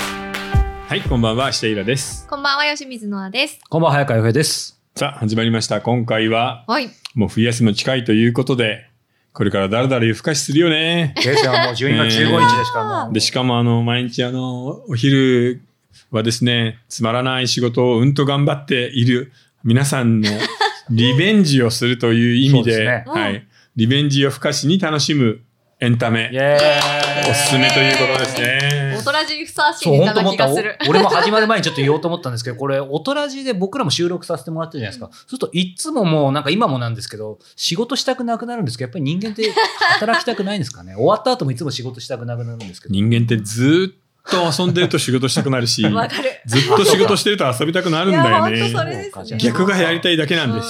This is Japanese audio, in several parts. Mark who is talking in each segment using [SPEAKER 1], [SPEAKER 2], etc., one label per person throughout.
[SPEAKER 1] はい、こんばんは、下平です。
[SPEAKER 2] こんばんは、吉水のあです。
[SPEAKER 3] こんばんは、早川洋平です。
[SPEAKER 1] さあ、始まりました。今回は、
[SPEAKER 2] はい。
[SPEAKER 1] もう冬休みも近いということで、これからだらだら夜更かしするよね。
[SPEAKER 3] ですよ、もう12月15日ですから、もう
[SPEAKER 1] で、しかもあの、毎日あの、お昼はですね、つまらない仕事をうんと頑張っている皆さんのリベンジをするという意味
[SPEAKER 3] そうです
[SPEAKER 1] で、
[SPEAKER 3] ね
[SPEAKER 1] は
[SPEAKER 2] う
[SPEAKER 1] い、リベンジ夜更かしに楽しむエンタ
[SPEAKER 3] イ
[SPEAKER 1] メ、
[SPEAKER 3] エーイ
[SPEAKER 1] おすすめということですね
[SPEAKER 2] 大。人じにふさわしい
[SPEAKER 3] そう、
[SPEAKER 2] ネタ
[SPEAKER 3] 本当
[SPEAKER 2] な
[SPEAKER 3] 思っ
[SPEAKER 2] 気
[SPEAKER 3] た
[SPEAKER 2] がする。
[SPEAKER 3] お俺も始まる前にちょっと言おうと思ったんですけど、これ、おとらじで僕らも収録させてもらってるじゃないですか。そうすると、いつももう、なんか今もなんですけど、仕事したくなくなるんですけど、やっぱり人間って働きたくないんですかね。終わった後もいつも仕事したくなくなるんですけど。
[SPEAKER 1] 人間ってずっと遊んでると仕事したくなるし、
[SPEAKER 2] わかる。
[SPEAKER 1] ずっと仕事してると遊びたくなるんだよ
[SPEAKER 2] いや本当そ
[SPEAKER 1] ね。
[SPEAKER 2] れですね。
[SPEAKER 1] 逆がやりた
[SPEAKER 2] い
[SPEAKER 1] いだけなんです。。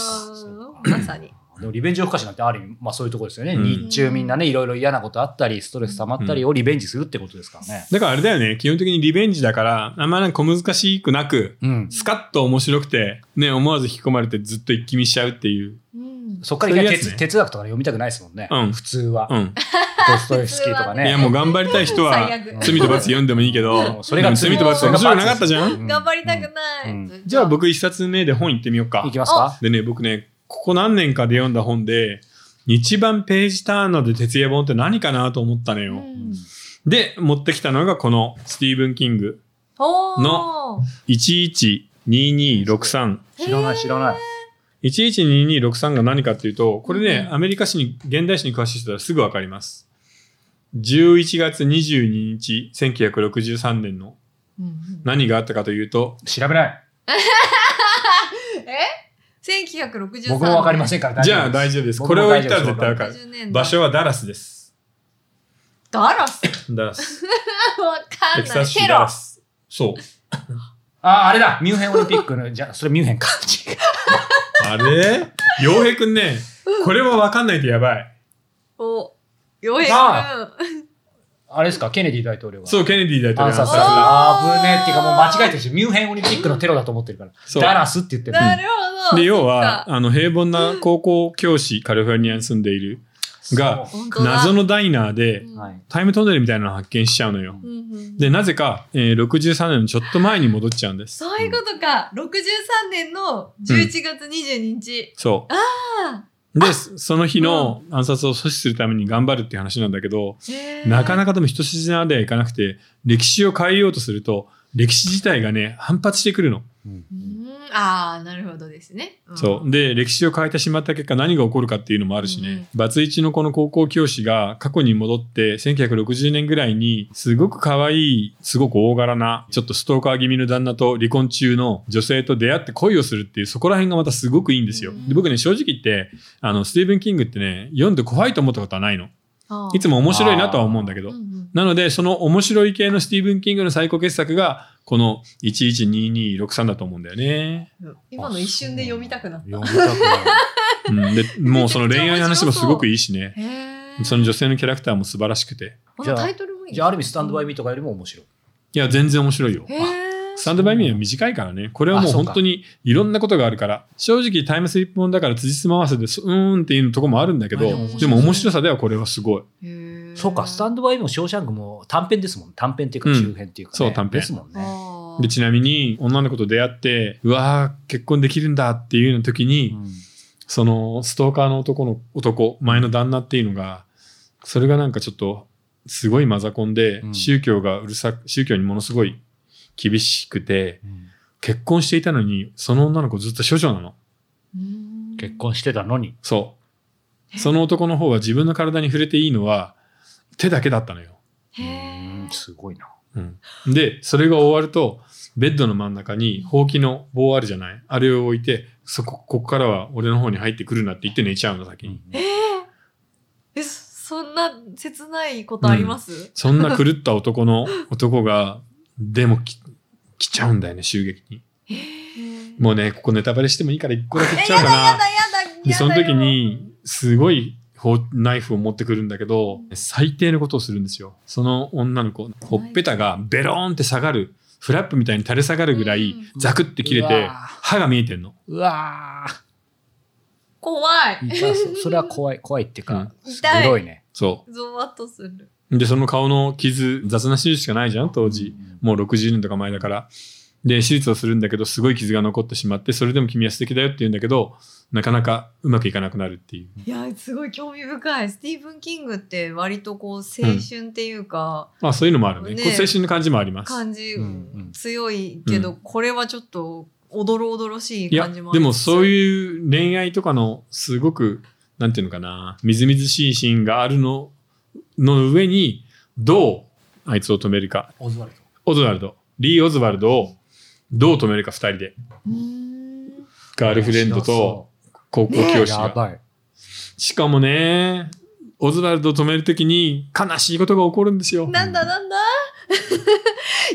[SPEAKER 2] まさに。
[SPEAKER 3] でもリベンジ夜更かしなんてある意味、まあそういうところですよね。
[SPEAKER 1] うん
[SPEAKER 3] 日中みんなね、いろいろ嫌なことあったり、ストレス溜まったりをリベンジするってことですからね。
[SPEAKER 1] だからあれだよね、基本的にリベンジだから、あんまなんか小難しくなく、
[SPEAKER 3] うん。
[SPEAKER 1] スカッと面白くて、ね、思わず引き込まれてずっと一気見しちゃうっていう。
[SPEAKER 2] うん。
[SPEAKER 3] そっから
[SPEAKER 1] そういうやつね
[SPEAKER 3] 哲哲学とか読みたくないですもんね。
[SPEAKER 1] うん
[SPEAKER 3] 普通は。
[SPEAKER 1] うん。
[SPEAKER 3] ドストエフスキーとか
[SPEAKER 1] い
[SPEAKER 3] ね。
[SPEAKER 1] や、もう頑張りたい人は
[SPEAKER 2] 最悪、
[SPEAKER 1] 罪と罰読んでもいいけど、
[SPEAKER 3] それが
[SPEAKER 1] でも罪と罰面白くなかったじゃん
[SPEAKER 3] うん
[SPEAKER 2] 頑張りたくな
[SPEAKER 3] う
[SPEAKER 2] い。
[SPEAKER 1] じゃあ。僕一冊目で本行ってみようか
[SPEAKER 3] いき。ますか。
[SPEAKER 1] でね、僕ね、ここ何年かで読んだ本で、一番ページターンので徹夜本って何かなと思ったの
[SPEAKER 2] う
[SPEAKER 1] よ。
[SPEAKER 2] ん
[SPEAKER 1] で、持ってきたのがこのスティーブン・キング、
[SPEAKER 2] おー
[SPEAKER 1] の。112263。
[SPEAKER 3] 知らない知らない。
[SPEAKER 1] 112263が何かっていうと、これね、
[SPEAKER 2] うん
[SPEAKER 1] アメリカ史に、現代史に詳しい人はすぐわかります。11月22日、1963年の
[SPEAKER 2] うんうん
[SPEAKER 1] 何があったかというと、
[SPEAKER 3] 調べない。
[SPEAKER 2] え ?1963
[SPEAKER 3] 僕もわかりませんから。
[SPEAKER 1] じゃあ大丈夫です。こ
[SPEAKER 3] 僕
[SPEAKER 1] れ
[SPEAKER 3] も
[SPEAKER 1] を言
[SPEAKER 3] 大
[SPEAKER 1] っ
[SPEAKER 3] 丈夫
[SPEAKER 1] たら絶対わかる。
[SPEAKER 2] 60年代
[SPEAKER 1] 場所はダラスです。
[SPEAKER 2] ダラス
[SPEAKER 1] ダラス。
[SPEAKER 2] わか
[SPEAKER 1] テ
[SPEAKER 2] ん
[SPEAKER 1] キ
[SPEAKER 2] な
[SPEAKER 1] サ
[SPEAKER 2] い。
[SPEAKER 1] ス州
[SPEAKER 2] テ
[SPEAKER 1] ダ
[SPEAKER 2] ロ
[SPEAKER 1] ラ。ス。そう。
[SPEAKER 3] あ、あれだ。ミュンヘンオリンピックの、じゃあ、それミュンヘンか。
[SPEAKER 1] あれ洋平くんね、これはわかんないとやばい。
[SPEAKER 2] お。ようや
[SPEAKER 3] あ
[SPEAKER 2] く。
[SPEAKER 3] あれですか、ケネディ大統領が。
[SPEAKER 1] そう、ケネディ大統
[SPEAKER 3] 暗
[SPEAKER 1] 領の暗殺
[SPEAKER 3] 殺され
[SPEAKER 2] あ
[SPEAKER 3] た。あぶねえっていうか、もう間違えてるし、ミュンヘンオリンピックのテロだと思ってるから。
[SPEAKER 1] そう
[SPEAKER 3] ダラスって言って る。
[SPEAKER 2] なるほど。
[SPEAKER 1] で、要
[SPEAKER 2] そっか
[SPEAKER 1] は、、あの、平凡な高校教師、カリフォルニアに住んでいる、が
[SPEAKER 3] そ
[SPEAKER 2] 本当だ
[SPEAKER 1] 謎のダイナーで、
[SPEAKER 2] う
[SPEAKER 3] う。
[SPEAKER 2] ん
[SPEAKER 3] はい。
[SPEAKER 1] タイムトンネルみたいなのを発見しちゃうのよ。
[SPEAKER 2] うんうん
[SPEAKER 1] で、なぜか、えー63年のちょっと前に戻っちゃうんです。
[SPEAKER 2] そういうことか。63年の11月22日。
[SPEAKER 1] そう。で、そその日の暗殺を阻止するために頑張るっていう話なんだけど、なかな
[SPEAKER 2] か。
[SPEAKER 1] かでも一筋縄ではいかなくて、歴史を変えようとすると、歴史自体がね、反発してくるの。
[SPEAKER 3] うん
[SPEAKER 2] うんああ、なるほどですね。ん
[SPEAKER 1] そう。。で、歴史を変えてしまった結果、何が起こるかっていうのもあるし
[SPEAKER 2] う
[SPEAKER 1] ね
[SPEAKER 2] ん。
[SPEAKER 1] バツイチのこの高校教師が過去に戻って、1960年ぐらいに、すごく可愛い、すごく大柄な、ちょっとストーカー気味の旦那と離婚中の女性と出会って恋をするっていう、そこら辺がまたすごくいいんですよ
[SPEAKER 2] う。ん
[SPEAKER 1] で僕ね、正直言って、あの、スティーブン・キングってね、読んで怖いと思ったことはないの。
[SPEAKER 2] あー
[SPEAKER 1] いつも面白いなとは思うんだけ
[SPEAKER 2] う
[SPEAKER 1] ど
[SPEAKER 2] んう。ん
[SPEAKER 1] なので、その面白い系のスティーブン・キングの最高傑作が、この112263だと思うんだよね。
[SPEAKER 2] 今の一瞬で読みたくなった。
[SPEAKER 3] 読 みたくなる。
[SPEAKER 1] うん、でもうその恋愛の話もすごくいいしね
[SPEAKER 2] へえ。
[SPEAKER 1] その女性のキャラクターも素晴らしくて
[SPEAKER 2] こ
[SPEAKER 3] じゃ
[SPEAKER 2] の
[SPEAKER 3] あ
[SPEAKER 2] タイトルもいい。
[SPEAKER 3] じゃあ、ある意味、スタンドバイミーとかよりも面白い。
[SPEAKER 1] いや全然面白いよ
[SPEAKER 2] へえ。
[SPEAKER 1] スタンドバイミーは短いからねこれはもう
[SPEAKER 3] あそう
[SPEAKER 1] 本
[SPEAKER 3] か
[SPEAKER 1] 当にいろんなことがあるから正直タイムスリップ本だから辻褄合わせでそうーんっていうとこもあるんだけど
[SPEAKER 3] あで
[SPEAKER 2] も面白い
[SPEAKER 1] でも面白さではこれはすごい
[SPEAKER 2] へえ
[SPEAKER 3] そうか、スタンドバイミーも、ショーシャンクも短編ですもん。短編っていうか、中編っていうか、ね
[SPEAKER 1] うんそう短編
[SPEAKER 3] ですもんね。
[SPEAKER 2] あー
[SPEAKER 1] でちなみに女の子と出会ってうわー結婚できるんだっていうの時に、そのストーカーの男の男前の旦那っていうのがそれがなんかちょっとすごいマザコンで、
[SPEAKER 3] うん
[SPEAKER 1] 宗教がうるさ宗教にものすごい厳しくて、結婚していたのに、その女の子ずっと処女なの。
[SPEAKER 2] うん
[SPEAKER 3] 結婚してたのに。
[SPEAKER 1] そう。その男の方は自分の体に触れていいのは手だけだったのよ。
[SPEAKER 2] へえ。
[SPEAKER 3] すごいな。
[SPEAKER 1] うん、で、それが終わると、ベッドの真ん中にほうきの棒あるじゃないあれを置いて、そこ、ここからは俺の方に入ってくるなって言って寝ちゃうの先に。
[SPEAKER 2] えーえ、そんな切ないことあります
[SPEAKER 1] そんな狂った男 の男が、でもき来ちゃうんだよね、襲撃に。
[SPEAKER 2] へえ。
[SPEAKER 1] もうね、ここネタバレしてもいいから一個だけ言っ
[SPEAKER 2] え、
[SPEAKER 1] ちゃお
[SPEAKER 2] や
[SPEAKER 1] う
[SPEAKER 2] だ
[SPEAKER 1] か
[SPEAKER 2] や
[SPEAKER 1] な。
[SPEAKER 2] だやだ。
[SPEAKER 1] で、その時
[SPEAKER 2] やだよ
[SPEAKER 1] に、すごいほうナイフを持ってくるんだけど、
[SPEAKER 2] うん
[SPEAKER 1] 最低のことをするんですよ。その女の子、ほっぺたがベローンって下がる、フラップみたいに垂れ下がるぐらい
[SPEAKER 2] うん、
[SPEAKER 1] ザクって切れて、
[SPEAKER 3] うわ
[SPEAKER 1] 歯が見えてんの。
[SPEAKER 3] うわ
[SPEAKER 2] 怖い。
[SPEAKER 3] ー痛そうそれは怖い、怖いっていう
[SPEAKER 1] うん
[SPEAKER 3] か、
[SPEAKER 2] 痛い
[SPEAKER 3] すごいね。
[SPEAKER 1] そ
[SPEAKER 2] ゾワッとする。
[SPEAKER 1] で、その顔の傷、雑な手術しかないじゃん、当時。もう60年とか前だから。で、手術をするんだけど、すごい傷が残ってしまって、それでも君は素敵だよって言うんだけど、なかなかうまくいかなくなるっていう。
[SPEAKER 2] いやすごい興味深いスティーブン・キングって割とこう青春っていうか、
[SPEAKER 1] まあそういうのもあるね。
[SPEAKER 2] ね
[SPEAKER 1] こう青春の感じもあります。
[SPEAKER 2] 感じ
[SPEAKER 3] うんうん
[SPEAKER 2] 強いけど、これはちょっとおどろおどろし
[SPEAKER 1] い
[SPEAKER 2] い
[SPEAKER 1] や、
[SPEAKER 2] 感
[SPEAKER 1] で
[SPEAKER 2] じも
[SPEAKER 1] もそう
[SPEAKER 2] う
[SPEAKER 1] いう恋愛とかのすごく、なんていうのかな、みずみずしいシーンがあるの、の上に、どうあいつを止めるか。
[SPEAKER 3] オズワルド。
[SPEAKER 1] オズワルド、リー・オズワルドをどう止めるか2人で。
[SPEAKER 2] うーん
[SPEAKER 1] ガールフレンドと高校教師
[SPEAKER 3] や
[SPEAKER 1] が。
[SPEAKER 3] ばい。
[SPEAKER 1] しかもね、オズワルドを止めるときに悲しいことが起こるんですよ。
[SPEAKER 2] なんだなんだ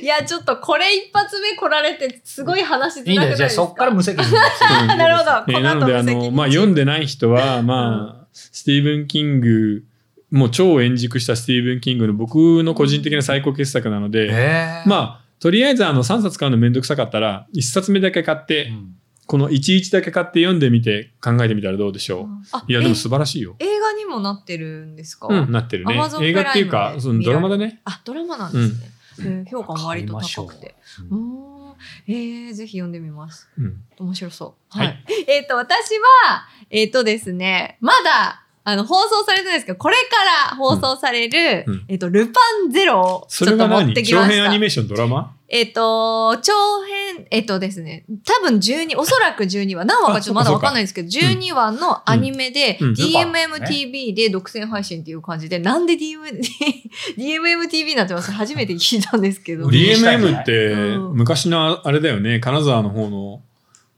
[SPEAKER 2] いやちょっとこれ一発目来られてすごい話
[SPEAKER 3] い
[SPEAKER 2] づ
[SPEAKER 3] いん
[SPEAKER 2] ら
[SPEAKER 3] だ
[SPEAKER 2] くない
[SPEAKER 3] よ。
[SPEAKER 2] で
[SPEAKER 3] じゃあ
[SPEAKER 2] すか
[SPEAKER 3] そっから無責任
[SPEAKER 1] うん
[SPEAKER 2] なるほど。
[SPEAKER 1] えー
[SPEAKER 2] この
[SPEAKER 1] な
[SPEAKER 2] 後
[SPEAKER 1] ので、あ
[SPEAKER 2] 無責
[SPEAKER 1] の、
[SPEAKER 2] 任
[SPEAKER 1] まあ、読んでない人 は、まあ、スティーブン・キング、もう超円熟したスティーブン・キングの僕の個人的な最高傑作なので、
[SPEAKER 3] えあ、
[SPEAKER 1] まあ、とりあえずあの3冊買うのめんどくさかったら、1冊目だけ買って、
[SPEAKER 3] うん
[SPEAKER 1] この11だけ買って読んでみて考えてみたらどうでしょう。
[SPEAKER 2] あ
[SPEAKER 1] いや、でも
[SPEAKER 2] え
[SPEAKER 1] 素晴らしいよ。
[SPEAKER 2] 映画にもなってるんですか、
[SPEAKER 1] うん、なってるね
[SPEAKER 2] Amazon。
[SPEAKER 1] 映画っていう
[SPEAKER 2] プラ
[SPEAKER 1] か、
[SPEAKER 2] イムで
[SPEAKER 1] そのドラマだね。
[SPEAKER 2] あドラマなんですね、えー評価も割と高く
[SPEAKER 3] 買い
[SPEAKER 2] てうーんえー、ぜひ読んでみます
[SPEAKER 1] うん。
[SPEAKER 2] 面白そう。
[SPEAKER 1] はい。
[SPEAKER 2] えっ、と、私は、えっ、とですね、まだ、あの、放送されてないんですけど、これから放送される、
[SPEAKER 1] うんうん
[SPEAKER 2] えっ、と、ルパンゼロをち
[SPEAKER 1] そ
[SPEAKER 2] ょ
[SPEAKER 1] れ
[SPEAKER 2] っ
[SPEAKER 1] が
[SPEAKER 2] と持っ
[SPEAKER 1] 何
[SPEAKER 2] てき
[SPEAKER 1] 長
[SPEAKER 2] まし
[SPEAKER 1] 編ア
[SPEAKER 2] た
[SPEAKER 1] ニ。メーションドラマ
[SPEAKER 2] えっ、と、長編、えっ、とですね、多分12、おそらく12話、何話かちょっとまだわかんないんですけど、
[SPEAKER 1] かそうか
[SPEAKER 2] 12話のアニメで、
[SPEAKER 1] うんうん
[SPEAKER 3] ルパンね
[SPEAKER 2] DMMTV で独占配信っていう感じで、なんで DM DMMTV になってます初めて聞いたんですけど
[SPEAKER 3] 売。りにしたいんじゃ
[SPEAKER 1] ?DMM
[SPEAKER 3] ない
[SPEAKER 1] って
[SPEAKER 2] うん
[SPEAKER 1] 昔のあれだよね、金沢の方の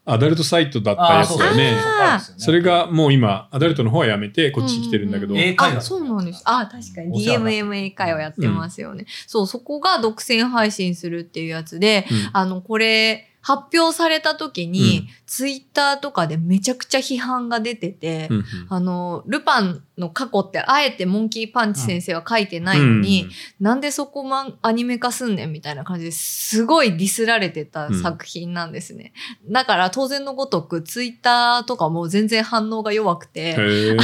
[SPEAKER 1] アダルトサイトだった
[SPEAKER 3] あ
[SPEAKER 1] や
[SPEAKER 3] あ、
[SPEAKER 1] つ
[SPEAKER 3] そう
[SPEAKER 1] だ
[SPEAKER 3] だ
[SPEAKER 1] よ
[SPEAKER 3] よね
[SPEAKER 1] ね。。
[SPEAKER 2] あー
[SPEAKER 3] そうですよね
[SPEAKER 1] それが、もう今、アダルトの方はやめてこっちに来てるんだけど、
[SPEAKER 3] うんうんうん英会話
[SPEAKER 2] あ、そうなんです。あ、確か
[SPEAKER 3] お
[SPEAKER 2] に
[SPEAKER 3] 世話になって
[SPEAKER 2] DMM 英会話やってますよね、そう、そこが独占配信するっていうやつで、
[SPEAKER 1] うん
[SPEAKER 2] あの、これ、発表された時
[SPEAKER 1] う
[SPEAKER 2] に
[SPEAKER 1] ん、
[SPEAKER 2] ツイッターとかでめちゃくちゃ批判が出てて、
[SPEAKER 1] うんうん
[SPEAKER 2] あの、ルパンの過去ってあえてモンキーパンチ先生は書いてないのに、なんでそこマンアニメ化すんねんみたいな感じですごいディスられてた作品なんですね。だから当然のごとくツイッターとかも全然反応が弱くて、
[SPEAKER 1] うんへえ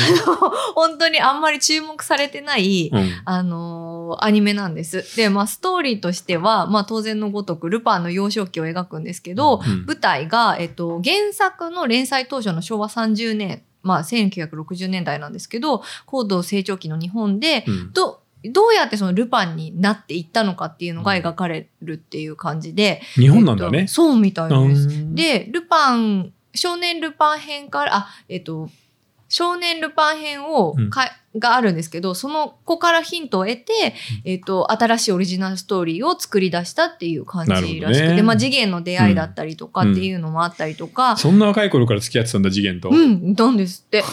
[SPEAKER 2] 本当にあんまり注目されてない、
[SPEAKER 1] うん
[SPEAKER 2] あのーアニメなんです。で、まあ、ストーリーとしては、まあ、当然のごとく、ルパンの幼少期を描くんですけど、
[SPEAKER 1] うん
[SPEAKER 2] 舞台が、えっと、原作の連載当初の昭和30年、まあ、1960年代なんですけど、高度成長期の日本で、
[SPEAKER 1] うん
[SPEAKER 2] どどうやってそのルパンになっていったのかっていうのが描かれるっていう感じで。
[SPEAKER 1] 日本なんだ
[SPEAKER 2] えっ
[SPEAKER 1] ね
[SPEAKER 2] と。そうみたいです。
[SPEAKER 1] うん
[SPEAKER 2] で、ルパン、少年ルパン編から、あ、えっと、少年ルパン編をか、があるんですけど、その子からヒントを得て、えっと、新しいオリジナルストーリーを作り出したっていう感じら
[SPEAKER 1] な
[SPEAKER 2] し
[SPEAKER 1] る
[SPEAKER 2] く
[SPEAKER 1] ほど
[SPEAKER 2] て、
[SPEAKER 1] ね
[SPEAKER 2] まあ、次元の出会いだったりとかっていうのもあったりとか、
[SPEAKER 1] そんな若い頃から付き合ってたんだ、次元と。
[SPEAKER 2] うん、なんです って。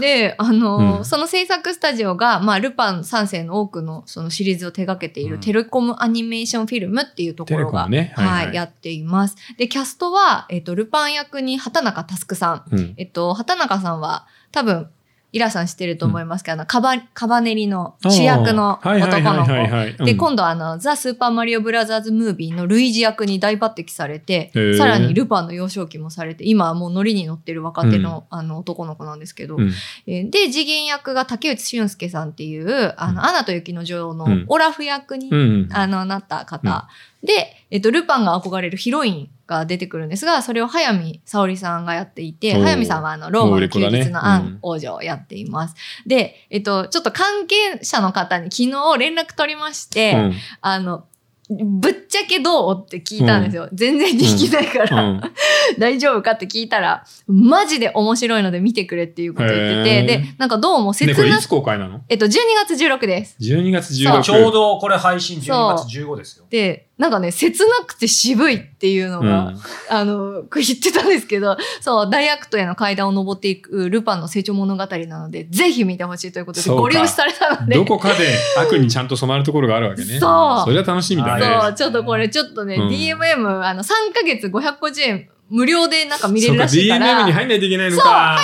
[SPEAKER 2] で、あの、
[SPEAKER 1] うん
[SPEAKER 2] その制作スタジオが、まあ、ルパン3世の多くのそのシリーズを手掛けている、
[SPEAKER 3] うん
[SPEAKER 2] テレコムアニメーションフィルムっていうとこ
[SPEAKER 1] テレ
[SPEAKER 2] ろ
[SPEAKER 1] コ
[SPEAKER 2] が、
[SPEAKER 1] ムね。
[SPEAKER 2] はい、やっています。で、キャストは、えっ、と、ルパン役に畑中佑さん。
[SPEAKER 1] うん
[SPEAKER 2] えっ、と、畑中さんは、多分、イラさん知ってると思いますけど、あの、カバ、カバネリの主役の
[SPEAKER 1] はいはい
[SPEAKER 2] 男の
[SPEAKER 1] はい
[SPEAKER 2] 子。
[SPEAKER 1] はいはいうん
[SPEAKER 2] で、今度あの、ザ・スーパーマリオブラザーズ・ムービーのルイージ役に大抜擢されて
[SPEAKER 1] へー、
[SPEAKER 2] さらにルパンの幼少期もされて、今はもうノリに乗ってる若手の、あの、男の子なんですけど、
[SPEAKER 1] うん
[SPEAKER 2] えーで、次元役が竹内俊介さんっていう、あの、
[SPEAKER 1] うん
[SPEAKER 2] アナと雪の女王の
[SPEAKER 1] うん
[SPEAKER 2] オラフ役に
[SPEAKER 1] うん
[SPEAKER 2] あの、なった方。で、えっと、ルパンが憧れるヒロインが出てくるんですが、それを早見沙織さんがやっていて、
[SPEAKER 1] おー
[SPEAKER 2] 早見さんはあの、ローマの休
[SPEAKER 1] もう売れっ子だね
[SPEAKER 2] 日の
[SPEAKER 1] う
[SPEAKER 2] 案
[SPEAKER 1] ん
[SPEAKER 2] 王女をやっています。で、えっと、ちょっと関係者の方に昨日連絡取りまして、
[SPEAKER 1] うん
[SPEAKER 2] あの、ぶっちゃけどうって聞いたんですよ。全然できないから、
[SPEAKER 1] うん
[SPEAKER 2] 大丈夫かって聞いたら、マジで面白いので見てくれっていうことを言って
[SPEAKER 1] へ
[SPEAKER 2] て、
[SPEAKER 1] ー
[SPEAKER 2] で、なんかどうも切
[SPEAKER 1] ね、これい
[SPEAKER 2] な
[SPEAKER 1] つ、公開なの
[SPEAKER 2] えっと、12月16です。
[SPEAKER 1] ?12 月
[SPEAKER 2] そ
[SPEAKER 1] 16
[SPEAKER 3] ちょうどこれ配信12月15ですよ。
[SPEAKER 2] で、なんかね、切なくて渋いっていうの
[SPEAKER 1] う
[SPEAKER 2] が、
[SPEAKER 1] ん
[SPEAKER 2] あの、これ言ってたんですけど、そう、大悪党への階段を登っていくルパンの成長物語なので、ぜひ見てほしいということで、
[SPEAKER 1] そうか
[SPEAKER 2] ご利用しされたので、
[SPEAKER 1] どこかで悪にちゃんと染まるところがあるわけね。
[SPEAKER 2] そう
[SPEAKER 1] それは楽しみだ
[SPEAKER 2] そ
[SPEAKER 1] ね。
[SPEAKER 2] う、ちょっとこれ、ちょっとね、
[SPEAKER 1] うん
[SPEAKER 2] DMM、あの、3ヶ月550円無料でなんか見れ
[SPEAKER 1] そう
[SPEAKER 2] る
[SPEAKER 1] か、
[SPEAKER 2] らしいから、
[SPEAKER 1] DMM に
[SPEAKER 2] 入んない
[SPEAKER 1] 入んないといけないの
[SPEAKER 2] そう
[SPEAKER 1] か。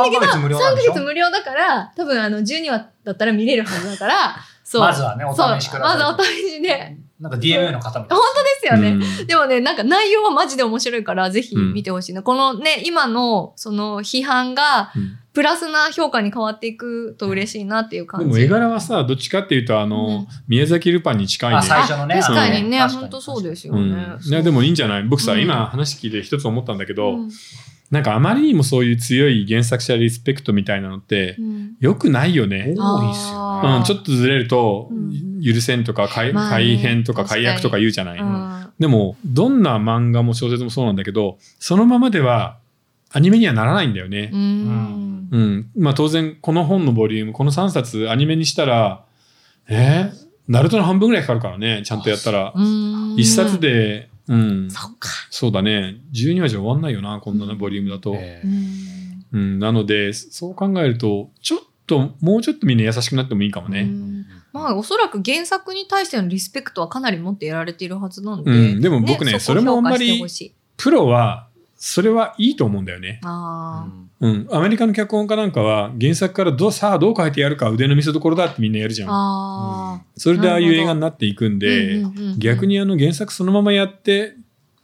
[SPEAKER 2] といけないんだけど、
[SPEAKER 3] 3ヶ月無料なんでしょ
[SPEAKER 2] 3ヶ月無料だから、多分あの、12話だったら見れるはずだから、そう。
[SPEAKER 3] まずはね、お
[SPEAKER 2] そう、ま
[SPEAKER 3] 試し
[SPEAKER 2] ず
[SPEAKER 3] ください。
[SPEAKER 2] お試しで。
[SPEAKER 3] なんか DMA の方みたい
[SPEAKER 2] 本当ですよね。
[SPEAKER 1] うん
[SPEAKER 2] でもね、なんか内容はマジで面白いから、ぜひ見てほしいな。このね、今の、その批判が、
[SPEAKER 1] うん
[SPEAKER 2] ププラスな評価に変わっていくと嬉しいなっていう
[SPEAKER 1] で
[SPEAKER 2] 感
[SPEAKER 1] も
[SPEAKER 2] じ。
[SPEAKER 1] 絵柄はさ、どっちかっていうと、あの、
[SPEAKER 2] うん
[SPEAKER 1] 宮崎ルパンに近いね
[SPEAKER 3] あ。最初のね
[SPEAKER 2] あ確かにね、
[SPEAKER 3] あのね
[SPEAKER 2] 本当そうですよ
[SPEAKER 1] う
[SPEAKER 2] ね。
[SPEAKER 1] ん、いやでもいいんじゃない僕さ、
[SPEAKER 2] うん
[SPEAKER 1] 今話聞いて一つ思ったんだけど、
[SPEAKER 2] うん
[SPEAKER 1] なんかあまりにもそういう強い原作者リスペクトみたいなのって、
[SPEAKER 2] うん
[SPEAKER 1] 良くないよね。
[SPEAKER 3] 多いっす
[SPEAKER 1] う
[SPEAKER 3] よ
[SPEAKER 2] あ
[SPEAKER 1] ん、
[SPEAKER 2] ー
[SPEAKER 1] ちょっとずれると、
[SPEAKER 2] うん
[SPEAKER 1] 許せんとか、改
[SPEAKER 2] まあね
[SPEAKER 1] 改変とか
[SPEAKER 2] 確か
[SPEAKER 1] 改
[SPEAKER 2] に
[SPEAKER 1] 悪とか言うじゃない、
[SPEAKER 2] うん
[SPEAKER 1] でも、どんな漫画も小説もそうなんだけど、そのままではアニメにはならないんだよね
[SPEAKER 2] う。ん
[SPEAKER 1] うん。まあ当然、この本のボリューム、この3冊アニメにしたら、えー、ナルトの半分ぐらいかかるからね、ちゃんとやったら。
[SPEAKER 2] うん
[SPEAKER 1] 1冊。で、うん、
[SPEAKER 2] そっか。
[SPEAKER 1] そうだね、12話じゃ終わんないよな、こんなねボリュームだと。
[SPEAKER 3] え
[SPEAKER 2] う
[SPEAKER 3] え
[SPEAKER 2] ん
[SPEAKER 1] うん、なので、そう考えると、ちょっと、もうちょっとみんな優しくなってもいいかもね。
[SPEAKER 2] うんまあ、おそらく原作に対してのリスペクトはかなり持ってやられているはずなんで。
[SPEAKER 1] うんでも僕ねそれもあんまり
[SPEAKER 2] そこを評価してほしい
[SPEAKER 1] プロは、それはいいと思うんだよね。
[SPEAKER 2] あー
[SPEAKER 1] うん。アメリカの脚本家なんかは、原作からどう、さあどう書いてやるか腕の見せ所だってみんなやるじゃん。
[SPEAKER 2] あ
[SPEAKER 1] それでああい
[SPEAKER 2] な
[SPEAKER 1] う
[SPEAKER 2] るほど
[SPEAKER 1] 映画になっていくん
[SPEAKER 2] ー。
[SPEAKER 1] で、
[SPEAKER 2] うんうんうんうん
[SPEAKER 1] 逆にあの原作そのままやってっ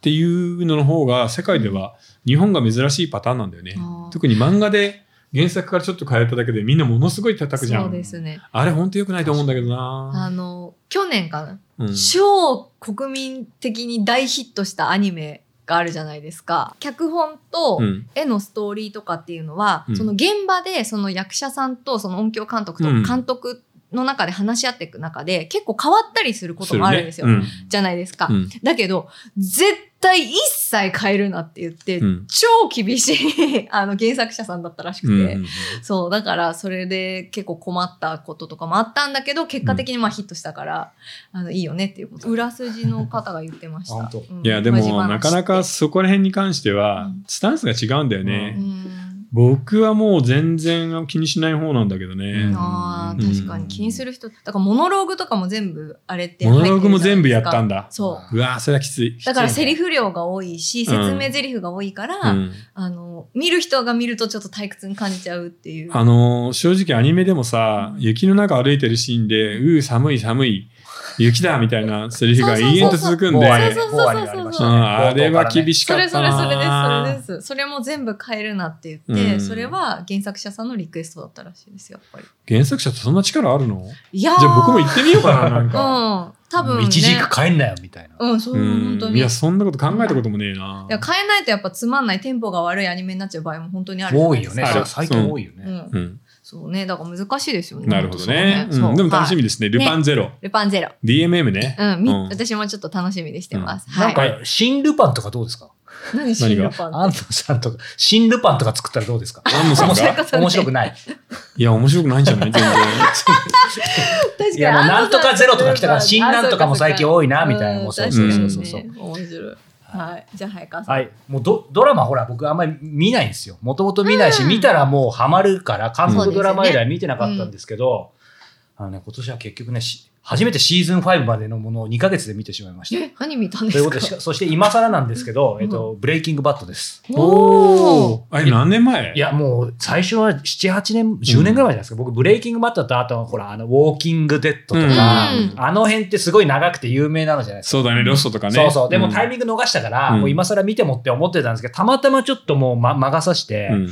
[SPEAKER 1] ていうのの方が、世界では日本が珍しいパターンなんだよね。
[SPEAKER 2] あー
[SPEAKER 1] 特に漫画で原作からちょっと変えただけでみんなものすごい叩くじゃ。
[SPEAKER 2] そうんですね。
[SPEAKER 1] あれ本当良くないと思うんだけどな。
[SPEAKER 2] あの、去年かな、
[SPEAKER 1] うん
[SPEAKER 2] 超国民的に大ヒットしたアニメがあるじゃないですか。脚本と
[SPEAKER 1] うん
[SPEAKER 2] 絵のストーリーとかっていうのは、
[SPEAKER 1] うん
[SPEAKER 2] その現場でその役者さんとその音響監督と
[SPEAKER 1] うん
[SPEAKER 2] 監督の中で話し合っていく中で、結構変わったりすることもあるんですよ。
[SPEAKER 1] するね
[SPEAKER 2] じゃないですか。
[SPEAKER 1] うんうん
[SPEAKER 2] だけど、絶対一切変えるなって言って、
[SPEAKER 1] うん
[SPEAKER 2] 超厳しい あの原作者さんだったらしくて、
[SPEAKER 1] うん
[SPEAKER 2] そう、だからそれで結構困ったこととかもあったんだけど、結果的にまあヒットしたから、あのいいよねっていうこと。裏筋の方が言ってまし
[SPEAKER 3] あ
[SPEAKER 2] た。
[SPEAKER 3] 本
[SPEAKER 2] うん
[SPEAKER 1] いやでもなかなか、そこら辺に関して
[SPEAKER 2] う
[SPEAKER 1] は
[SPEAKER 2] ん
[SPEAKER 1] スタンスが違うんだよね、
[SPEAKER 2] 真似話ってうん
[SPEAKER 1] 僕はもう全然気にしない方なんだけどね、
[SPEAKER 2] あー
[SPEAKER 1] うん
[SPEAKER 2] 確かに気にする人、だからモノローグとかも全部あれって
[SPEAKER 1] モノローグも全部やったん
[SPEAKER 2] だ。
[SPEAKER 1] だ
[SPEAKER 2] そう。
[SPEAKER 1] わーそれはきついう
[SPEAKER 2] だからセリフ量が多いし、説明セリフが多いから、
[SPEAKER 1] うん、
[SPEAKER 2] あの、見る人が見るとちょっと退屈に感じちゃうっていう。
[SPEAKER 1] あのー正直アニメでもさ雪の中歩いてるシーンで「うー寒い寒い雪だ」みたいなセリフが延々と続くんで
[SPEAKER 3] もうあれ
[SPEAKER 2] そうそうそうそう
[SPEAKER 3] もうあれがありまし
[SPEAKER 1] う
[SPEAKER 3] たね
[SPEAKER 1] んあれは厳しか
[SPEAKER 2] それ
[SPEAKER 1] った
[SPEAKER 2] それ
[SPEAKER 1] な
[SPEAKER 2] それです、それです。それも全部変えるなって言って、
[SPEAKER 1] うん
[SPEAKER 2] それは原作者さんのリクエストだったらしいですよ、やっぱり。
[SPEAKER 1] 原作者ってそんな力あるの
[SPEAKER 2] いやー
[SPEAKER 1] じゃあ僕も行ってみようか ななんか、
[SPEAKER 2] うん。多分、ね。
[SPEAKER 3] 一時期帰んなよみたいな。
[SPEAKER 2] うん、そう、本当
[SPEAKER 1] い
[SPEAKER 2] に。い
[SPEAKER 1] や
[SPEAKER 2] や
[SPEAKER 1] そんなこと考えたこともねえな
[SPEAKER 2] 変えないとやっぱつまんない、テンポが悪いアニメになっちゃう場合も本当にあるじゃ
[SPEAKER 3] 多
[SPEAKER 2] ない
[SPEAKER 3] い
[SPEAKER 2] で
[SPEAKER 3] よ
[SPEAKER 2] す
[SPEAKER 3] ね
[SPEAKER 2] か。
[SPEAKER 1] ある。
[SPEAKER 3] 最近多いよね。
[SPEAKER 2] うん。
[SPEAKER 1] うん
[SPEAKER 2] そうね。だから難しいですよね。
[SPEAKER 1] なるほどね。
[SPEAKER 2] そう
[SPEAKER 1] うんでも楽し
[SPEAKER 2] はい
[SPEAKER 1] みですね。ルパンゼロ。
[SPEAKER 2] ルパンゼロ。
[SPEAKER 1] DMM ね。
[SPEAKER 2] うん、み
[SPEAKER 1] うん
[SPEAKER 2] 私もちょっと楽しみにしてます。
[SPEAKER 3] な
[SPEAKER 2] は
[SPEAKER 3] ん
[SPEAKER 2] い。
[SPEAKER 3] か、新ルパンとかどうですか
[SPEAKER 2] 何新ルパン
[SPEAKER 3] 安藤さんとか、新ルパンとか作ったらどうですか
[SPEAKER 1] 安野さん
[SPEAKER 2] 面白
[SPEAKER 1] が
[SPEAKER 2] いこ。とね
[SPEAKER 3] 面白くない。
[SPEAKER 1] いや、面白くないんじゃ ない全然。
[SPEAKER 2] 確かに
[SPEAKER 3] いや、もうなんとかゼロとか来たか
[SPEAKER 2] あ
[SPEAKER 3] ら、
[SPEAKER 2] そう
[SPEAKER 3] 新
[SPEAKER 2] だ
[SPEAKER 3] なんとかも最近多いな、みたいな。
[SPEAKER 2] う
[SPEAKER 3] も
[SPEAKER 2] ん
[SPEAKER 3] うそう
[SPEAKER 2] 確
[SPEAKER 3] そう
[SPEAKER 2] か
[SPEAKER 3] そ
[SPEAKER 2] に
[SPEAKER 3] うそうそう。
[SPEAKER 2] ね面白い。はい。じゃあ、早川さん。
[SPEAKER 3] はい。もうドドラマほら、僕あんまり見ないんですよ。もともと見ないし、
[SPEAKER 2] うん
[SPEAKER 3] 見たらもうハマるから、韓
[SPEAKER 1] そうです
[SPEAKER 3] 国
[SPEAKER 2] ね
[SPEAKER 3] ドラマ以来見てなかったんですけど、あのね、今年は結局ね、し初めてシーズン5までのものを2ヶ月で見てしまいました。
[SPEAKER 2] え、何見たんで
[SPEAKER 3] という
[SPEAKER 2] す
[SPEAKER 3] こ
[SPEAKER 2] か
[SPEAKER 3] とでしか、そして今更なんですけど
[SPEAKER 2] う、ん
[SPEAKER 3] えっと、ブレイキングバットです。
[SPEAKER 2] おー
[SPEAKER 1] あれ、何年前
[SPEAKER 3] いや、もう、最初は7、8年、10年ぐらい前じゃないですか。僕、ブレイキングバットと、あと、ほら、あの、ウォーキングデッドとか、
[SPEAKER 2] うん
[SPEAKER 3] あの辺ってすごい長くて有名なのじゃないですか。
[SPEAKER 1] そうだね、ロストとかね。
[SPEAKER 3] そうそう。でも
[SPEAKER 1] ん
[SPEAKER 3] タイミング逃したから、
[SPEAKER 1] うん
[SPEAKER 3] もう今更見てもって思ってたんですけど、たまたまちょっともう、ま、魔が差して、
[SPEAKER 1] うん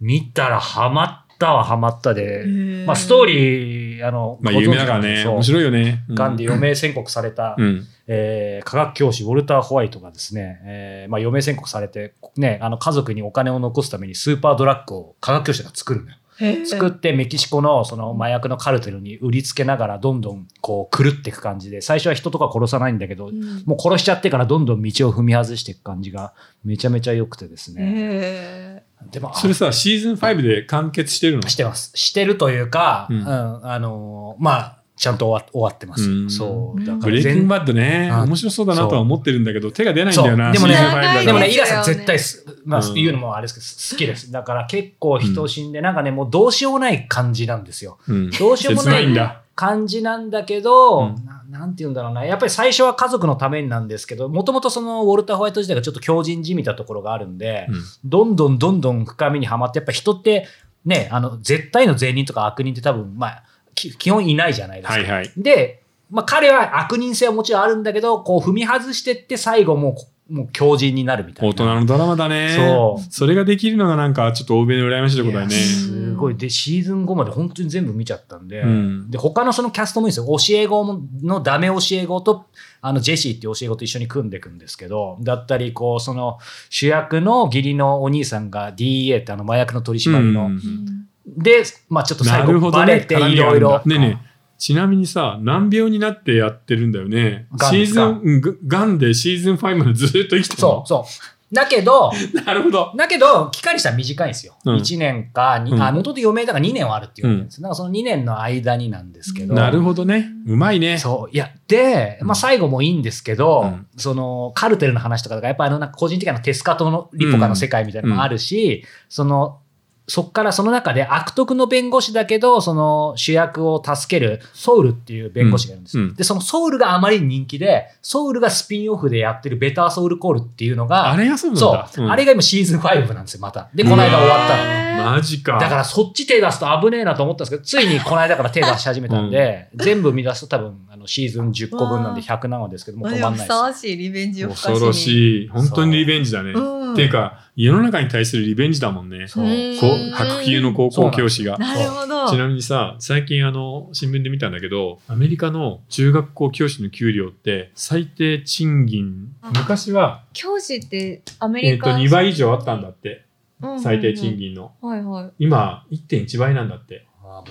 [SPEAKER 3] 見たらハマったはハマったで、まあ、ストーリー、あの、
[SPEAKER 1] まあ、
[SPEAKER 3] ご存知
[SPEAKER 1] 有名だからね。
[SPEAKER 3] そう
[SPEAKER 1] 面白いよね。うん
[SPEAKER 3] ガンで余命宣告された、
[SPEAKER 1] うん。
[SPEAKER 3] えー科学教師ウォルター・ホワイトがですね、えーまあ、余命宣告されて、ね、あの家族にお金を残すためにスーパードラッグを科学教師が作るのよ。
[SPEAKER 2] ー
[SPEAKER 3] 作ってメキシコのその麻薬のカルテルに売りつけながらどんどんこう狂っていく感じで、最初は人とか殺さないんだけど、もう殺しちゃってからどんどん道を踏み外していく感じがめちゃめちゃ良くてですね。
[SPEAKER 2] へ
[SPEAKER 3] でも、あ
[SPEAKER 1] それさ、シーズン5で完結してるの
[SPEAKER 3] してます。してるというか、
[SPEAKER 1] う
[SPEAKER 3] うんん、あのーまあ、ちゃんと終わ終わってます。
[SPEAKER 1] うん
[SPEAKER 3] そう。だから
[SPEAKER 1] ブレイキングバッドね。
[SPEAKER 3] あ
[SPEAKER 1] 面白そうだなとは思ってるんだけど、手が出ないんだよな。
[SPEAKER 3] そうでもね
[SPEAKER 1] シーズン5だから
[SPEAKER 3] でもね、
[SPEAKER 2] い
[SPEAKER 3] イ
[SPEAKER 2] いで
[SPEAKER 3] ラ
[SPEAKER 2] すよね
[SPEAKER 3] さん絶対す、まあ、
[SPEAKER 1] うん
[SPEAKER 3] 言うのもあれですけど、好きです。だから結構人死んで、なんかね、もうどうしようもない感じなんですよ。
[SPEAKER 1] うん
[SPEAKER 3] どうしよう も
[SPEAKER 1] 切
[SPEAKER 3] な
[SPEAKER 1] ないいんだ。
[SPEAKER 3] 感じなんだけど、
[SPEAKER 1] うん
[SPEAKER 3] ななんて言うんだろうな。やっぱり最初は家族のためになんですけど、もともとそのウォルター・ホワイト自体がちょっと強靭じみたところがあるんで、
[SPEAKER 1] うん
[SPEAKER 3] どんどんどんどん深みにはまって、やっぱ人って、ね、あの、絶対の善人とか悪人って多分、まあ、き基本いないじゃないですか。
[SPEAKER 1] はいはい。
[SPEAKER 3] で、まあ、彼は悪人性はもちろんあるんだけど、こう踏み外してって最後もうこもう強靭になるみたい
[SPEAKER 1] 大
[SPEAKER 3] な。
[SPEAKER 1] 人のドラマだね。
[SPEAKER 3] そう。
[SPEAKER 1] それができるのがなんかちょっと欧米の羨ましいとこだよね
[SPEAKER 3] いや。すごい。で、シーズン5まで本当に全部見ちゃったんで、
[SPEAKER 1] うん
[SPEAKER 3] で、他のそのキャストもいいんですよ。教え子のダメ教え子と、あの、ジェシーっていう教え子と一緒に組んでいくんですけど、だったり、こう、その、主役の義理のお兄さんが DEA ってあの、麻薬の取り締まりの、
[SPEAKER 1] うん
[SPEAKER 2] うん
[SPEAKER 3] で、まあちょっと最
[SPEAKER 1] なる
[SPEAKER 3] 後
[SPEAKER 1] ほ
[SPEAKER 3] バ
[SPEAKER 1] どね。
[SPEAKER 3] レていろいろ。
[SPEAKER 1] ねえねえちなみにさ、難病になってやってるんだよね。
[SPEAKER 3] ガン
[SPEAKER 1] シ
[SPEAKER 3] で
[SPEAKER 1] ー
[SPEAKER 3] す
[SPEAKER 1] ズ
[SPEAKER 3] か
[SPEAKER 1] ンうん、ぐガンでシーズン5までずっと生きてる
[SPEAKER 3] そうそう。だけど、
[SPEAKER 1] う。なるほど。
[SPEAKER 3] だけど、期間にしたら短いんですよ。
[SPEAKER 1] うん
[SPEAKER 3] 1年かに、
[SPEAKER 1] う
[SPEAKER 3] あ、
[SPEAKER 1] ん
[SPEAKER 3] 元々余命だから2年はあるって言われてるんです。だからその2年の間になんですけど。
[SPEAKER 1] なるほどね。うまいね。
[SPEAKER 3] そう。いや、で、まあ、最後もいいんですけど、
[SPEAKER 1] うん
[SPEAKER 3] その、カルテルの話とかが、やっぱあの、なんか個人的なテスカトのリポカの世界みたいなのもあるし、その、そっからその中で悪徳の弁護士だけど、その主役を助けるソウルっていう弁護士がいるんですよ。
[SPEAKER 1] うんうん
[SPEAKER 3] で、そのソウルがあまりに人気で、ソウルがスピンオフでやってるベターソウルコールっていうのが、
[SPEAKER 1] あれがそうなん
[SPEAKER 3] そ
[SPEAKER 1] だ。
[SPEAKER 3] う、
[SPEAKER 1] ん
[SPEAKER 3] あれが今シーズン5なんですよ、また。で、この間終わったの。
[SPEAKER 1] マジか。
[SPEAKER 3] だからそっち手出すと危ねえなと思ったんですけど、ついにこの間から手出し始めたんで、全部見出すと多分あのシーズン10個分なんで100なのですけども、
[SPEAKER 2] まあ
[SPEAKER 3] 止
[SPEAKER 2] で
[SPEAKER 3] ま
[SPEAKER 2] もふ
[SPEAKER 3] んない
[SPEAKER 2] さ
[SPEAKER 3] で
[SPEAKER 2] わしいリベンジを深
[SPEAKER 1] 恐ろ
[SPEAKER 2] い。
[SPEAKER 1] しい。本当にリベンジだね。
[SPEAKER 2] うん
[SPEAKER 1] っていうか、世の中に対するリベンジだもんね。
[SPEAKER 3] す。
[SPEAKER 2] う
[SPEAKER 3] そう。
[SPEAKER 2] ん
[SPEAKER 1] こう白球の高校教師が。
[SPEAKER 2] なるほど。
[SPEAKER 1] ちなみにさ、最近あの、新聞で見たんだけど、アメリカの中学校教師の給料って、最低賃金、昔は、
[SPEAKER 2] 教師ってアメ
[SPEAKER 1] えっ
[SPEAKER 2] リ
[SPEAKER 1] と、
[SPEAKER 2] カ、
[SPEAKER 1] 2倍以上あったんだって。
[SPEAKER 2] うん
[SPEAKER 1] 最低賃。金の。
[SPEAKER 2] はいはい。
[SPEAKER 1] 今、1.1倍なんだって。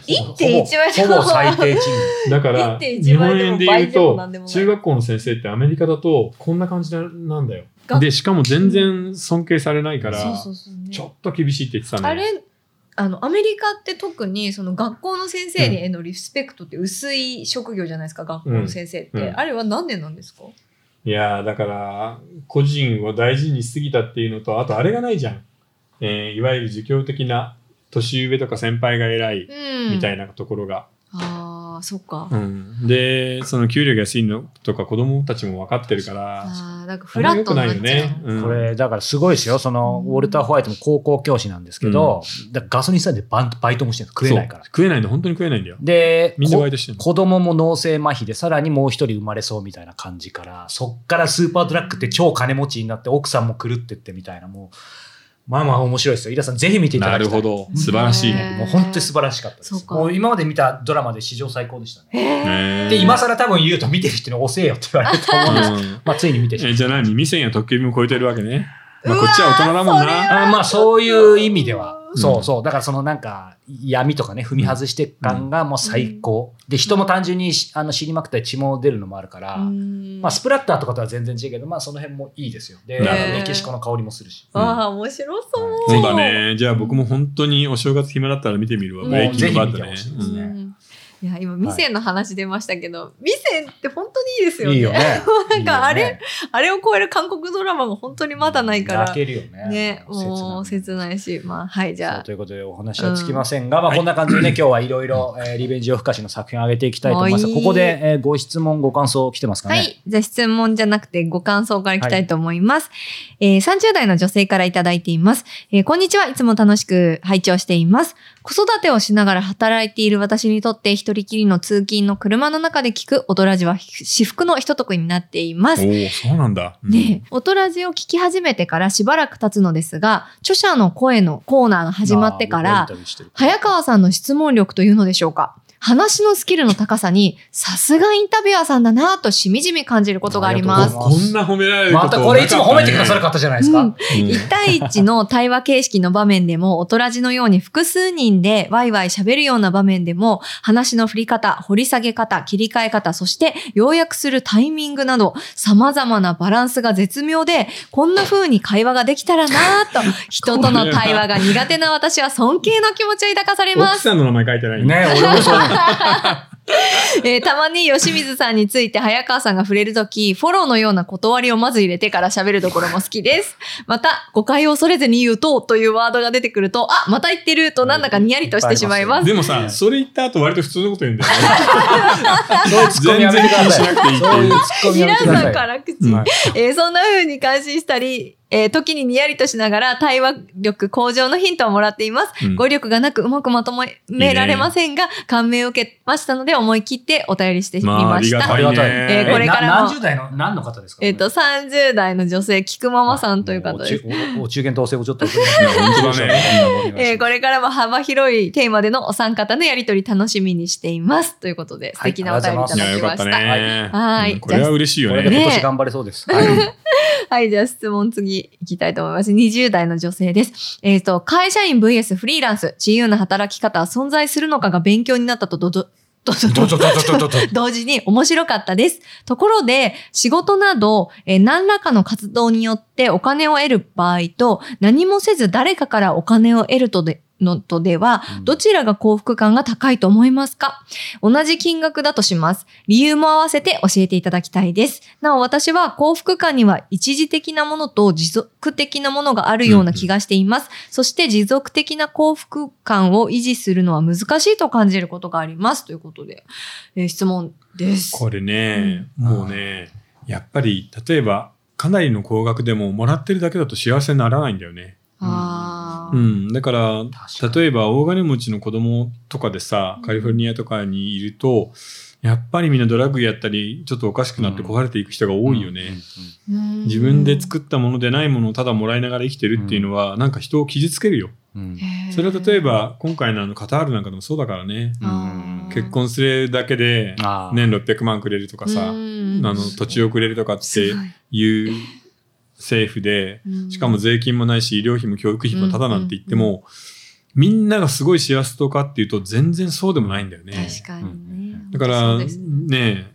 [SPEAKER 2] 1.1倍
[SPEAKER 3] ほぼほぼ最低賃
[SPEAKER 1] だから、日本
[SPEAKER 2] 1.1倍でも
[SPEAKER 1] 円で言う
[SPEAKER 2] 倍でも
[SPEAKER 1] と
[SPEAKER 2] 何でも、ない
[SPEAKER 1] 中学校の先生ってアメリカだと、こんな感じなんだよ。
[SPEAKER 2] が
[SPEAKER 1] で、しかも全然尊敬されないから、
[SPEAKER 2] そうそうそうね
[SPEAKER 1] ちょっと厳しいって言ってたね。
[SPEAKER 2] あれあのアメリカって特にその学校の先生にへのリスペクトって薄い職業じゃないですか学校の先生って、
[SPEAKER 1] うんうん
[SPEAKER 2] あれはなんでなんですか
[SPEAKER 1] いやーだから個人を大事にしすぎたっていうのとあとあれがないじゃん、えーいわゆる儒教的な年上とか先輩が偉い
[SPEAKER 2] うん
[SPEAKER 1] みた
[SPEAKER 2] い
[SPEAKER 1] いなところが、
[SPEAKER 2] あーそっか、
[SPEAKER 1] うんでその給料が安いのとか子供たちも分かってるから
[SPEAKER 2] あーなんか
[SPEAKER 1] あ
[SPEAKER 2] フ
[SPEAKER 1] んま
[SPEAKER 2] ラ
[SPEAKER 1] り
[SPEAKER 2] ッ
[SPEAKER 1] 良
[SPEAKER 2] ト
[SPEAKER 1] くな
[SPEAKER 2] にな
[SPEAKER 1] い
[SPEAKER 2] っち
[SPEAKER 1] よ
[SPEAKER 2] ゃう
[SPEAKER 1] ね。うん
[SPEAKER 3] 金。これ、だからすごいですよ。その、ウォルター・ホワイトも高校教師なんですけど、だからガソリンスタンドでバンバイトもしてるんです食えないか
[SPEAKER 1] そ
[SPEAKER 3] ら
[SPEAKER 1] う。食えないの本当に食えないんだよ
[SPEAKER 3] で、
[SPEAKER 1] みんなバイトしてるの
[SPEAKER 3] 子供も脳性麻痺でさらにもう一人生まれそうみたいな感じからそっからスーパードラッグって超金持ちになって奥さんも狂ってってみたいなもうまあまあ面白いですよ井田さんぜひ見ていただきたい
[SPEAKER 1] ど
[SPEAKER 2] 素晴らしいね
[SPEAKER 3] もう本当に素晴らしかったで
[SPEAKER 2] そう
[SPEAKER 3] す
[SPEAKER 2] か
[SPEAKER 3] もう今まで見たドラマで史上最高でしたね
[SPEAKER 2] えー
[SPEAKER 3] で今更多分言うと見てる人に遅えよって言 われると思うんですけどまあついに見てしま
[SPEAKER 1] えじゃあ何未成年や特権も超えてるわけね、
[SPEAKER 2] う
[SPEAKER 1] ま
[SPEAKER 2] わ
[SPEAKER 1] あ、
[SPEAKER 2] ー
[SPEAKER 1] こっちは大人だもん
[SPEAKER 2] それ
[SPEAKER 1] な
[SPEAKER 2] は
[SPEAKER 3] あまあそういう意味では、
[SPEAKER 1] ん
[SPEAKER 3] そうそうだからそのなんか闇とかね踏み外して感がもう最高、で人も単純にしあの知りまくったり血も出るのもあるから、
[SPEAKER 2] うん
[SPEAKER 3] まあ、スプラッターとかとは全然違うけど、まあ、その辺もいいですよ。で、
[SPEAKER 1] なる
[SPEAKER 2] ほど
[SPEAKER 3] メキシコの香りもするし。
[SPEAKER 2] あー面白そう
[SPEAKER 1] そうだねじゃあ僕も本当にお正月暇だったら見てみるわ、
[SPEAKER 2] うん
[SPEAKER 1] ブレイキングバッド
[SPEAKER 3] ぜ
[SPEAKER 1] ね
[SPEAKER 3] ひ見てほしいで
[SPEAKER 2] う
[SPEAKER 3] すね
[SPEAKER 2] んいや今店の話出ましたけど、店って本当にいいですよね。
[SPEAKER 3] いいよね
[SPEAKER 2] なんかあれあれを超える韓国ドラマが本当にまだないから
[SPEAKER 3] 泣けるよね。
[SPEAKER 2] ねもう切ないしまあはいじ
[SPEAKER 3] そ
[SPEAKER 2] ゃ
[SPEAKER 3] う
[SPEAKER 2] あ
[SPEAKER 3] ということでお話はつきませんが、まあ、こんな感じでね、今日はいろいろ、えーリベンジオフカシの作品を上げていきたいと思います。
[SPEAKER 2] はい
[SPEAKER 3] ここで、えーご質問、ご感想来てますかね。
[SPEAKER 2] はい。じゃあ質問じゃなくてご感想からいきたいと思います。えー30代の女性からいただいています、えーこんにちは。いつも楽しく拝聴しています。子育てをしながら働いている私にとって一人きりの通勤の車の中で聞くオトラジは私服の一得になっています。
[SPEAKER 1] おおそうなんだ、うん
[SPEAKER 2] ねえ、オトラジを聞き始めてからしばらく経つのですが、著者の声のコーナーが始まってから、早川さんの質問力というのでしょうか話のスキルの高さに、さすがインタビュアーさんだなぁとしみじみ感じることがありま
[SPEAKER 3] ありがとうございますす。
[SPEAKER 1] ここんな褒められる
[SPEAKER 3] ま
[SPEAKER 1] と
[SPEAKER 3] た
[SPEAKER 1] な
[SPEAKER 3] これいつも褒めてくださる
[SPEAKER 1] かっ
[SPEAKER 3] 方じゃないですか。
[SPEAKER 2] うん
[SPEAKER 1] たね。
[SPEAKER 2] 1対1の対話形式の場面でも、おとらじのように複数人でワイワイ喋るような場面でも、話の振り方、掘り下げ方、切り替え方、そして要約するタイミングなど、様々なバランスが絶妙で、こんな風に会話ができたらなぁと、人との対話が苦手な私は尊敬の気持ちを抱かされます
[SPEAKER 1] 奥。さんの名前書いてないんだ
[SPEAKER 3] ね、俺もそう思う。
[SPEAKER 2] えーたまに吉水さんについて早川さんが触れるとき、フォローのような断りをまず入れてから喋るところも好きです。また、誤解を恐れずに言うとというワードが出てくると、あ、また言ってるとなんだかニヤリとしてしまいます。
[SPEAKER 1] でもさ、それ言った後割と普通のこと言うんだよ ね。
[SPEAKER 3] そういうツッコミやめてください。
[SPEAKER 1] 全然気にしなくていいっていう
[SPEAKER 3] そういうツッコミやめてくだ
[SPEAKER 2] 皆
[SPEAKER 3] さ
[SPEAKER 2] さ
[SPEAKER 3] い
[SPEAKER 2] ん。から口、
[SPEAKER 1] うん
[SPEAKER 2] えーそんな風に感心したり、えー時ににやりとしながら対話力向上のヒントをもらっています。
[SPEAKER 1] うん
[SPEAKER 2] 語彙力がなくうまくまとめられませんが、感銘を受けましたので思い切ってお便りしてみ
[SPEAKER 1] まあ、あ
[SPEAKER 2] ま
[SPEAKER 1] り
[SPEAKER 2] し
[SPEAKER 1] が
[SPEAKER 2] た。
[SPEAKER 1] たい
[SPEAKER 3] あ
[SPEAKER 1] ね
[SPEAKER 3] りがたい。
[SPEAKER 2] えーこれからも
[SPEAKER 3] な何十代の何の方ですか
[SPEAKER 2] えっ、と、30代の女性、菊ママさんという方です。
[SPEAKER 3] おおお中元とお歳暮ちょっ と。
[SPEAKER 1] 本当だね
[SPEAKER 2] えーこ
[SPEAKER 3] れ
[SPEAKER 2] れからも幅広いテーマでのお三方のやりとり楽しみにしています。ということで、素
[SPEAKER 3] はい
[SPEAKER 2] 敵なお便りいた
[SPEAKER 1] いや、
[SPEAKER 2] だ
[SPEAKER 1] よ
[SPEAKER 2] き
[SPEAKER 1] か
[SPEAKER 2] ま
[SPEAKER 1] っ
[SPEAKER 2] したた。
[SPEAKER 1] ね。
[SPEAKER 2] はい
[SPEAKER 1] うんこれは嬉しいよ
[SPEAKER 3] これ
[SPEAKER 1] ね。
[SPEAKER 3] で今
[SPEAKER 2] ね
[SPEAKER 3] 年頑張れそうです。 はい
[SPEAKER 2] はい、じゃあ質問次行きたいと思います。20代の女性です。えっ、と、会社員 VS フリーランス、自由な働き方は存在するのかが勉強になったとどど、どどど
[SPEAKER 3] どどどどど
[SPEAKER 2] 同時に面白かったです。ところで、仕事など、えー何らかの活動によってお金を得る場合と、何もせず誰かからお金を得るとで、のとでは、
[SPEAKER 3] うん
[SPEAKER 2] どちらが幸福感が高いと思いますか同じ金額だとします。理由も合わせて教えていただきたいです。なお私は幸福感には一時的なものと持続的なものがあるような気がしています。そして持続的な幸福感を維持するのは難しいと感じることがあります。ということで、えー質問です。
[SPEAKER 1] これね、もうね、やっぱり、例えば、かなりの高額でも、もらってるだけだと幸せにならないんだよね。
[SPEAKER 2] あー
[SPEAKER 1] うん。だから、
[SPEAKER 3] 確かに
[SPEAKER 1] 例えば大金持ちの子供とかでさカリフォルニアとかにいるとやっぱりみんなドラッグやったりちょっとおかしくなって
[SPEAKER 3] うん
[SPEAKER 1] 壊れていく人が多いよね、
[SPEAKER 3] う
[SPEAKER 2] う
[SPEAKER 3] ん
[SPEAKER 2] ん
[SPEAKER 1] 自分で作ったものでないものをただもらいながら生きてるっていうのは、なんか人を傷つけるよ
[SPEAKER 3] うん
[SPEAKER 2] へー
[SPEAKER 1] それは例えば今回のあのカタールなんかでもそうだからね
[SPEAKER 2] あー
[SPEAKER 1] 結婚するだけで
[SPEAKER 3] あー
[SPEAKER 1] 年600万くれるとかさ、
[SPEAKER 2] う
[SPEAKER 1] あ
[SPEAKER 2] ん
[SPEAKER 1] の土地をくれるとかっ
[SPEAKER 2] す
[SPEAKER 1] て
[SPEAKER 2] ごい
[SPEAKER 1] いう政府で
[SPEAKER 2] うん
[SPEAKER 1] しかも税金もないし医療費も教育費もただなんて言っても、みんながすごい幸せとかっていうと全然そうでもないんだよね。
[SPEAKER 2] 確かにね。
[SPEAKER 1] だか
[SPEAKER 2] そ
[SPEAKER 1] ら
[SPEAKER 2] う
[SPEAKER 1] ね
[SPEAKER 2] ですね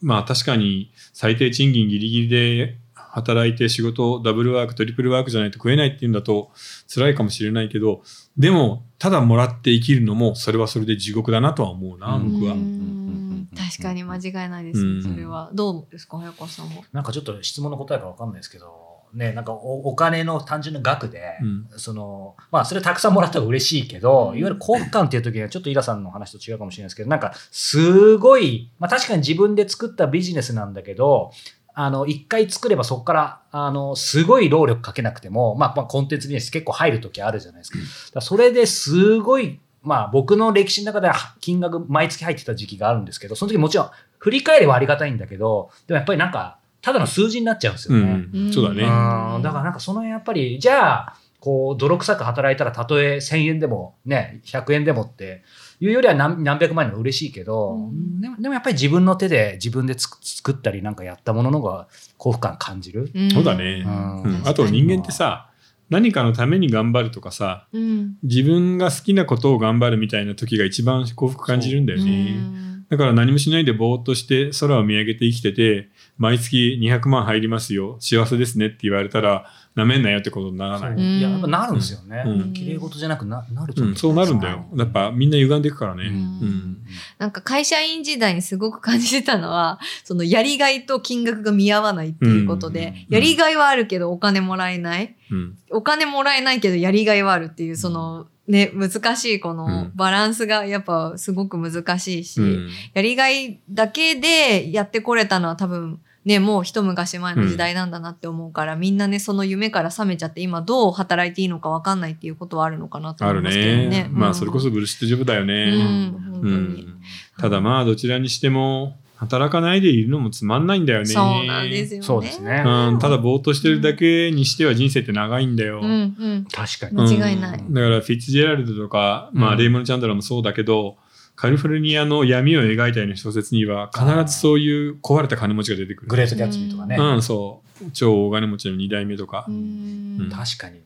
[SPEAKER 1] まあ確かに最低賃金ギリギリで働いて仕事をダブルワークトリプルワークじゃないと食えないっていうんだと辛いかもしれないけどでもただもらって生きるのもそれはそれで地獄だなとは思うな、
[SPEAKER 3] うん
[SPEAKER 1] 僕は
[SPEAKER 2] う。ん確かに間違いないです
[SPEAKER 1] うん
[SPEAKER 2] ね。それはどうですか、早川さんも。
[SPEAKER 3] なんかちょっと質問の答えがわかんないですけど、ね、なんかおお金の単純な額で、
[SPEAKER 1] うん
[SPEAKER 3] その、まあ、それたくさんもらったら嬉しいけど、
[SPEAKER 2] うん
[SPEAKER 3] いわゆる幸福感っていう時にはちょっとイラさんの話と違うかもしれないですけど、なんか、すごい、まあ、確かに自分で作ったビジネスなんだけど、あの、一回作ればそこから、あの、すごい労力かけなくても、まあ、まあ、コンテンツビジネス結構入る時あるじゃないですか。だからそれですごい、まあ、僕の歴史の中では金額毎月入ってた時期があるんですけど、その時もちろん振り返ればありがたいんだけど、でもやっぱりなんか、ただの数字になっちゃうんですよね。
[SPEAKER 1] うんそうだね
[SPEAKER 3] うんだからなんかその辺やっぱり、じゃあ、こう、泥臭く働いたら、たとえ1000円でも、ね、100円でもっていうよりは何何百万円でも嬉しいけど、
[SPEAKER 2] うん
[SPEAKER 3] でもでもやっぱり自分の手で自分でつく作ったりなんかやったものの方が幸福感感じる。
[SPEAKER 2] ん
[SPEAKER 1] そうだね
[SPEAKER 3] うん
[SPEAKER 1] うんあと人間ってさ何かのために頑張るとかさ
[SPEAKER 2] うん。
[SPEAKER 1] 自分が好きなことを頑張るみたいな時が一番幸福感じるんだよね。だから何もしないでぼーっとして空を見上げて生きてて、毎月200万入りますよ、幸せですねって言われたら、なめんなよってことにならない。
[SPEAKER 2] ん
[SPEAKER 3] いややっぱなるんですよね。
[SPEAKER 1] うん
[SPEAKER 3] 綺麗事じゃなくななると
[SPEAKER 1] う
[SPEAKER 3] 思
[SPEAKER 1] ん、そうなるんだよ。やっぱみんな歪んでいくからね。
[SPEAKER 3] う
[SPEAKER 1] うんん。
[SPEAKER 2] なんか会社員時代にすごく感じてたのは、 そのやりがいと金額が見合わないっていうこと
[SPEAKER 1] うんうん
[SPEAKER 2] で、やりがいはあるけどお金もらえない。
[SPEAKER 1] うん。
[SPEAKER 2] お金もらえないけどやりがいはあるっていう、そのね、難しいこ
[SPEAKER 1] うん
[SPEAKER 2] のバランスがやっぱすごく難しいし、
[SPEAKER 1] うん。
[SPEAKER 2] やりがいだけでやってこれたのは多分ね、もう一昔前の時代なんだなって思うから、みんなね、その夢から覚めちゃって、今どう働いていいのか分かんないっていうことはあるのかなと
[SPEAKER 1] あ
[SPEAKER 2] 思
[SPEAKER 1] る
[SPEAKER 2] いますけどね。
[SPEAKER 1] ね。
[SPEAKER 2] うん
[SPEAKER 1] まあそれこそブルシットジョブだよ
[SPEAKER 2] うん、
[SPEAKER 1] ね。
[SPEAKER 2] 本当
[SPEAKER 1] う
[SPEAKER 2] に、
[SPEAKER 1] ん。ただまあどちらにしても、働かないでいるのもつまんないんだよね。
[SPEAKER 2] そうなんですよね。
[SPEAKER 3] そうですね。
[SPEAKER 1] うん、ただぼーっとしてるだけにしては人生って長いんだよ。
[SPEAKER 2] うんうん。
[SPEAKER 3] 確かに。
[SPEAKER 2] 間違いない
[SPEAKER 1] うんだからフィッツジェラルドとか、ま
[SPEAKER 3] う
[SPEAKER 1] あ、
[SPEAKER 3] ん
[SPEAKER 1] レイモン・チャンドラーもそうだけど、カリフォルニアの闇を描いたような小説には必ずそういう壊れた金持ちが出てくる。
[SPEAKER 3] グレートキャッツビーとかね。
[SPEAKER 1] うん、そう。超大金持ちの2代目とか
[SPEAKER 2] う。ん
[SPEAKER 1] うん
[SPEAKER 3] 確かに。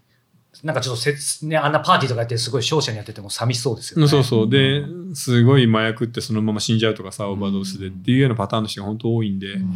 [SPEAKER 3] なんかちょっとせつ、ね、あんなパーティーとかやってすごい商社にやってても寂しそうですよ
[SPEAKER 1] う
[SPEAKER 3] ね。
[SPEAKER 1] んそうそう。で
[SPEAKER 3] うん、
[SPEAKER 1] すごい麻薬ってそのまま死んじゃうとかさ、オーバードースでっ
[SPEAKER 3] うん
[SPEAKER 1] ていうようなパターンの人が本当多いんで、
[SPEAKER 2] うん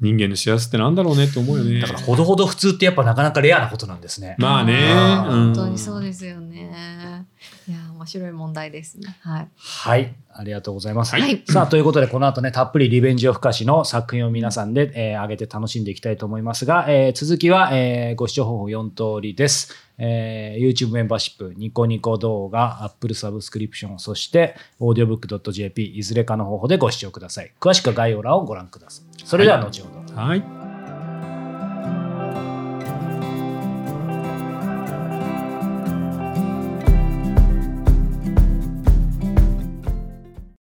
[SPEAKER 1] 人間の幸せってなんだろうねって思うよね。
[SPEAKER 3] だからほどほど普通ってやっぱなかなかレアなことなんですね。
[SPEAKER 1] まあね
[SPEAKER 2] あー
[SPEAKER 1] うん
[SPEAKER 2] 本当にそうですよね。いや、面白い問題ですね。はい。
[SPEAKER 3] はい。ありがとうございます。
[SPEAKER 2] はい
[SPEAKER 3] さあ、ということで、この後ね、たっぷりリベンジオフカシの作品を皆さんで、えー上げて楽しんでいきたいと思いますが、えー続きは、えーご視聴方法4通りです。えー YouTube メンバーシップ、ニコニコ動画、Apple サブスクリプション、そして、audiobook.jp、いずれかの方法でご視聴ください。詳しくは概要欄をご覧ください。それでは、後ほど。
[SPEAKER 1] はい。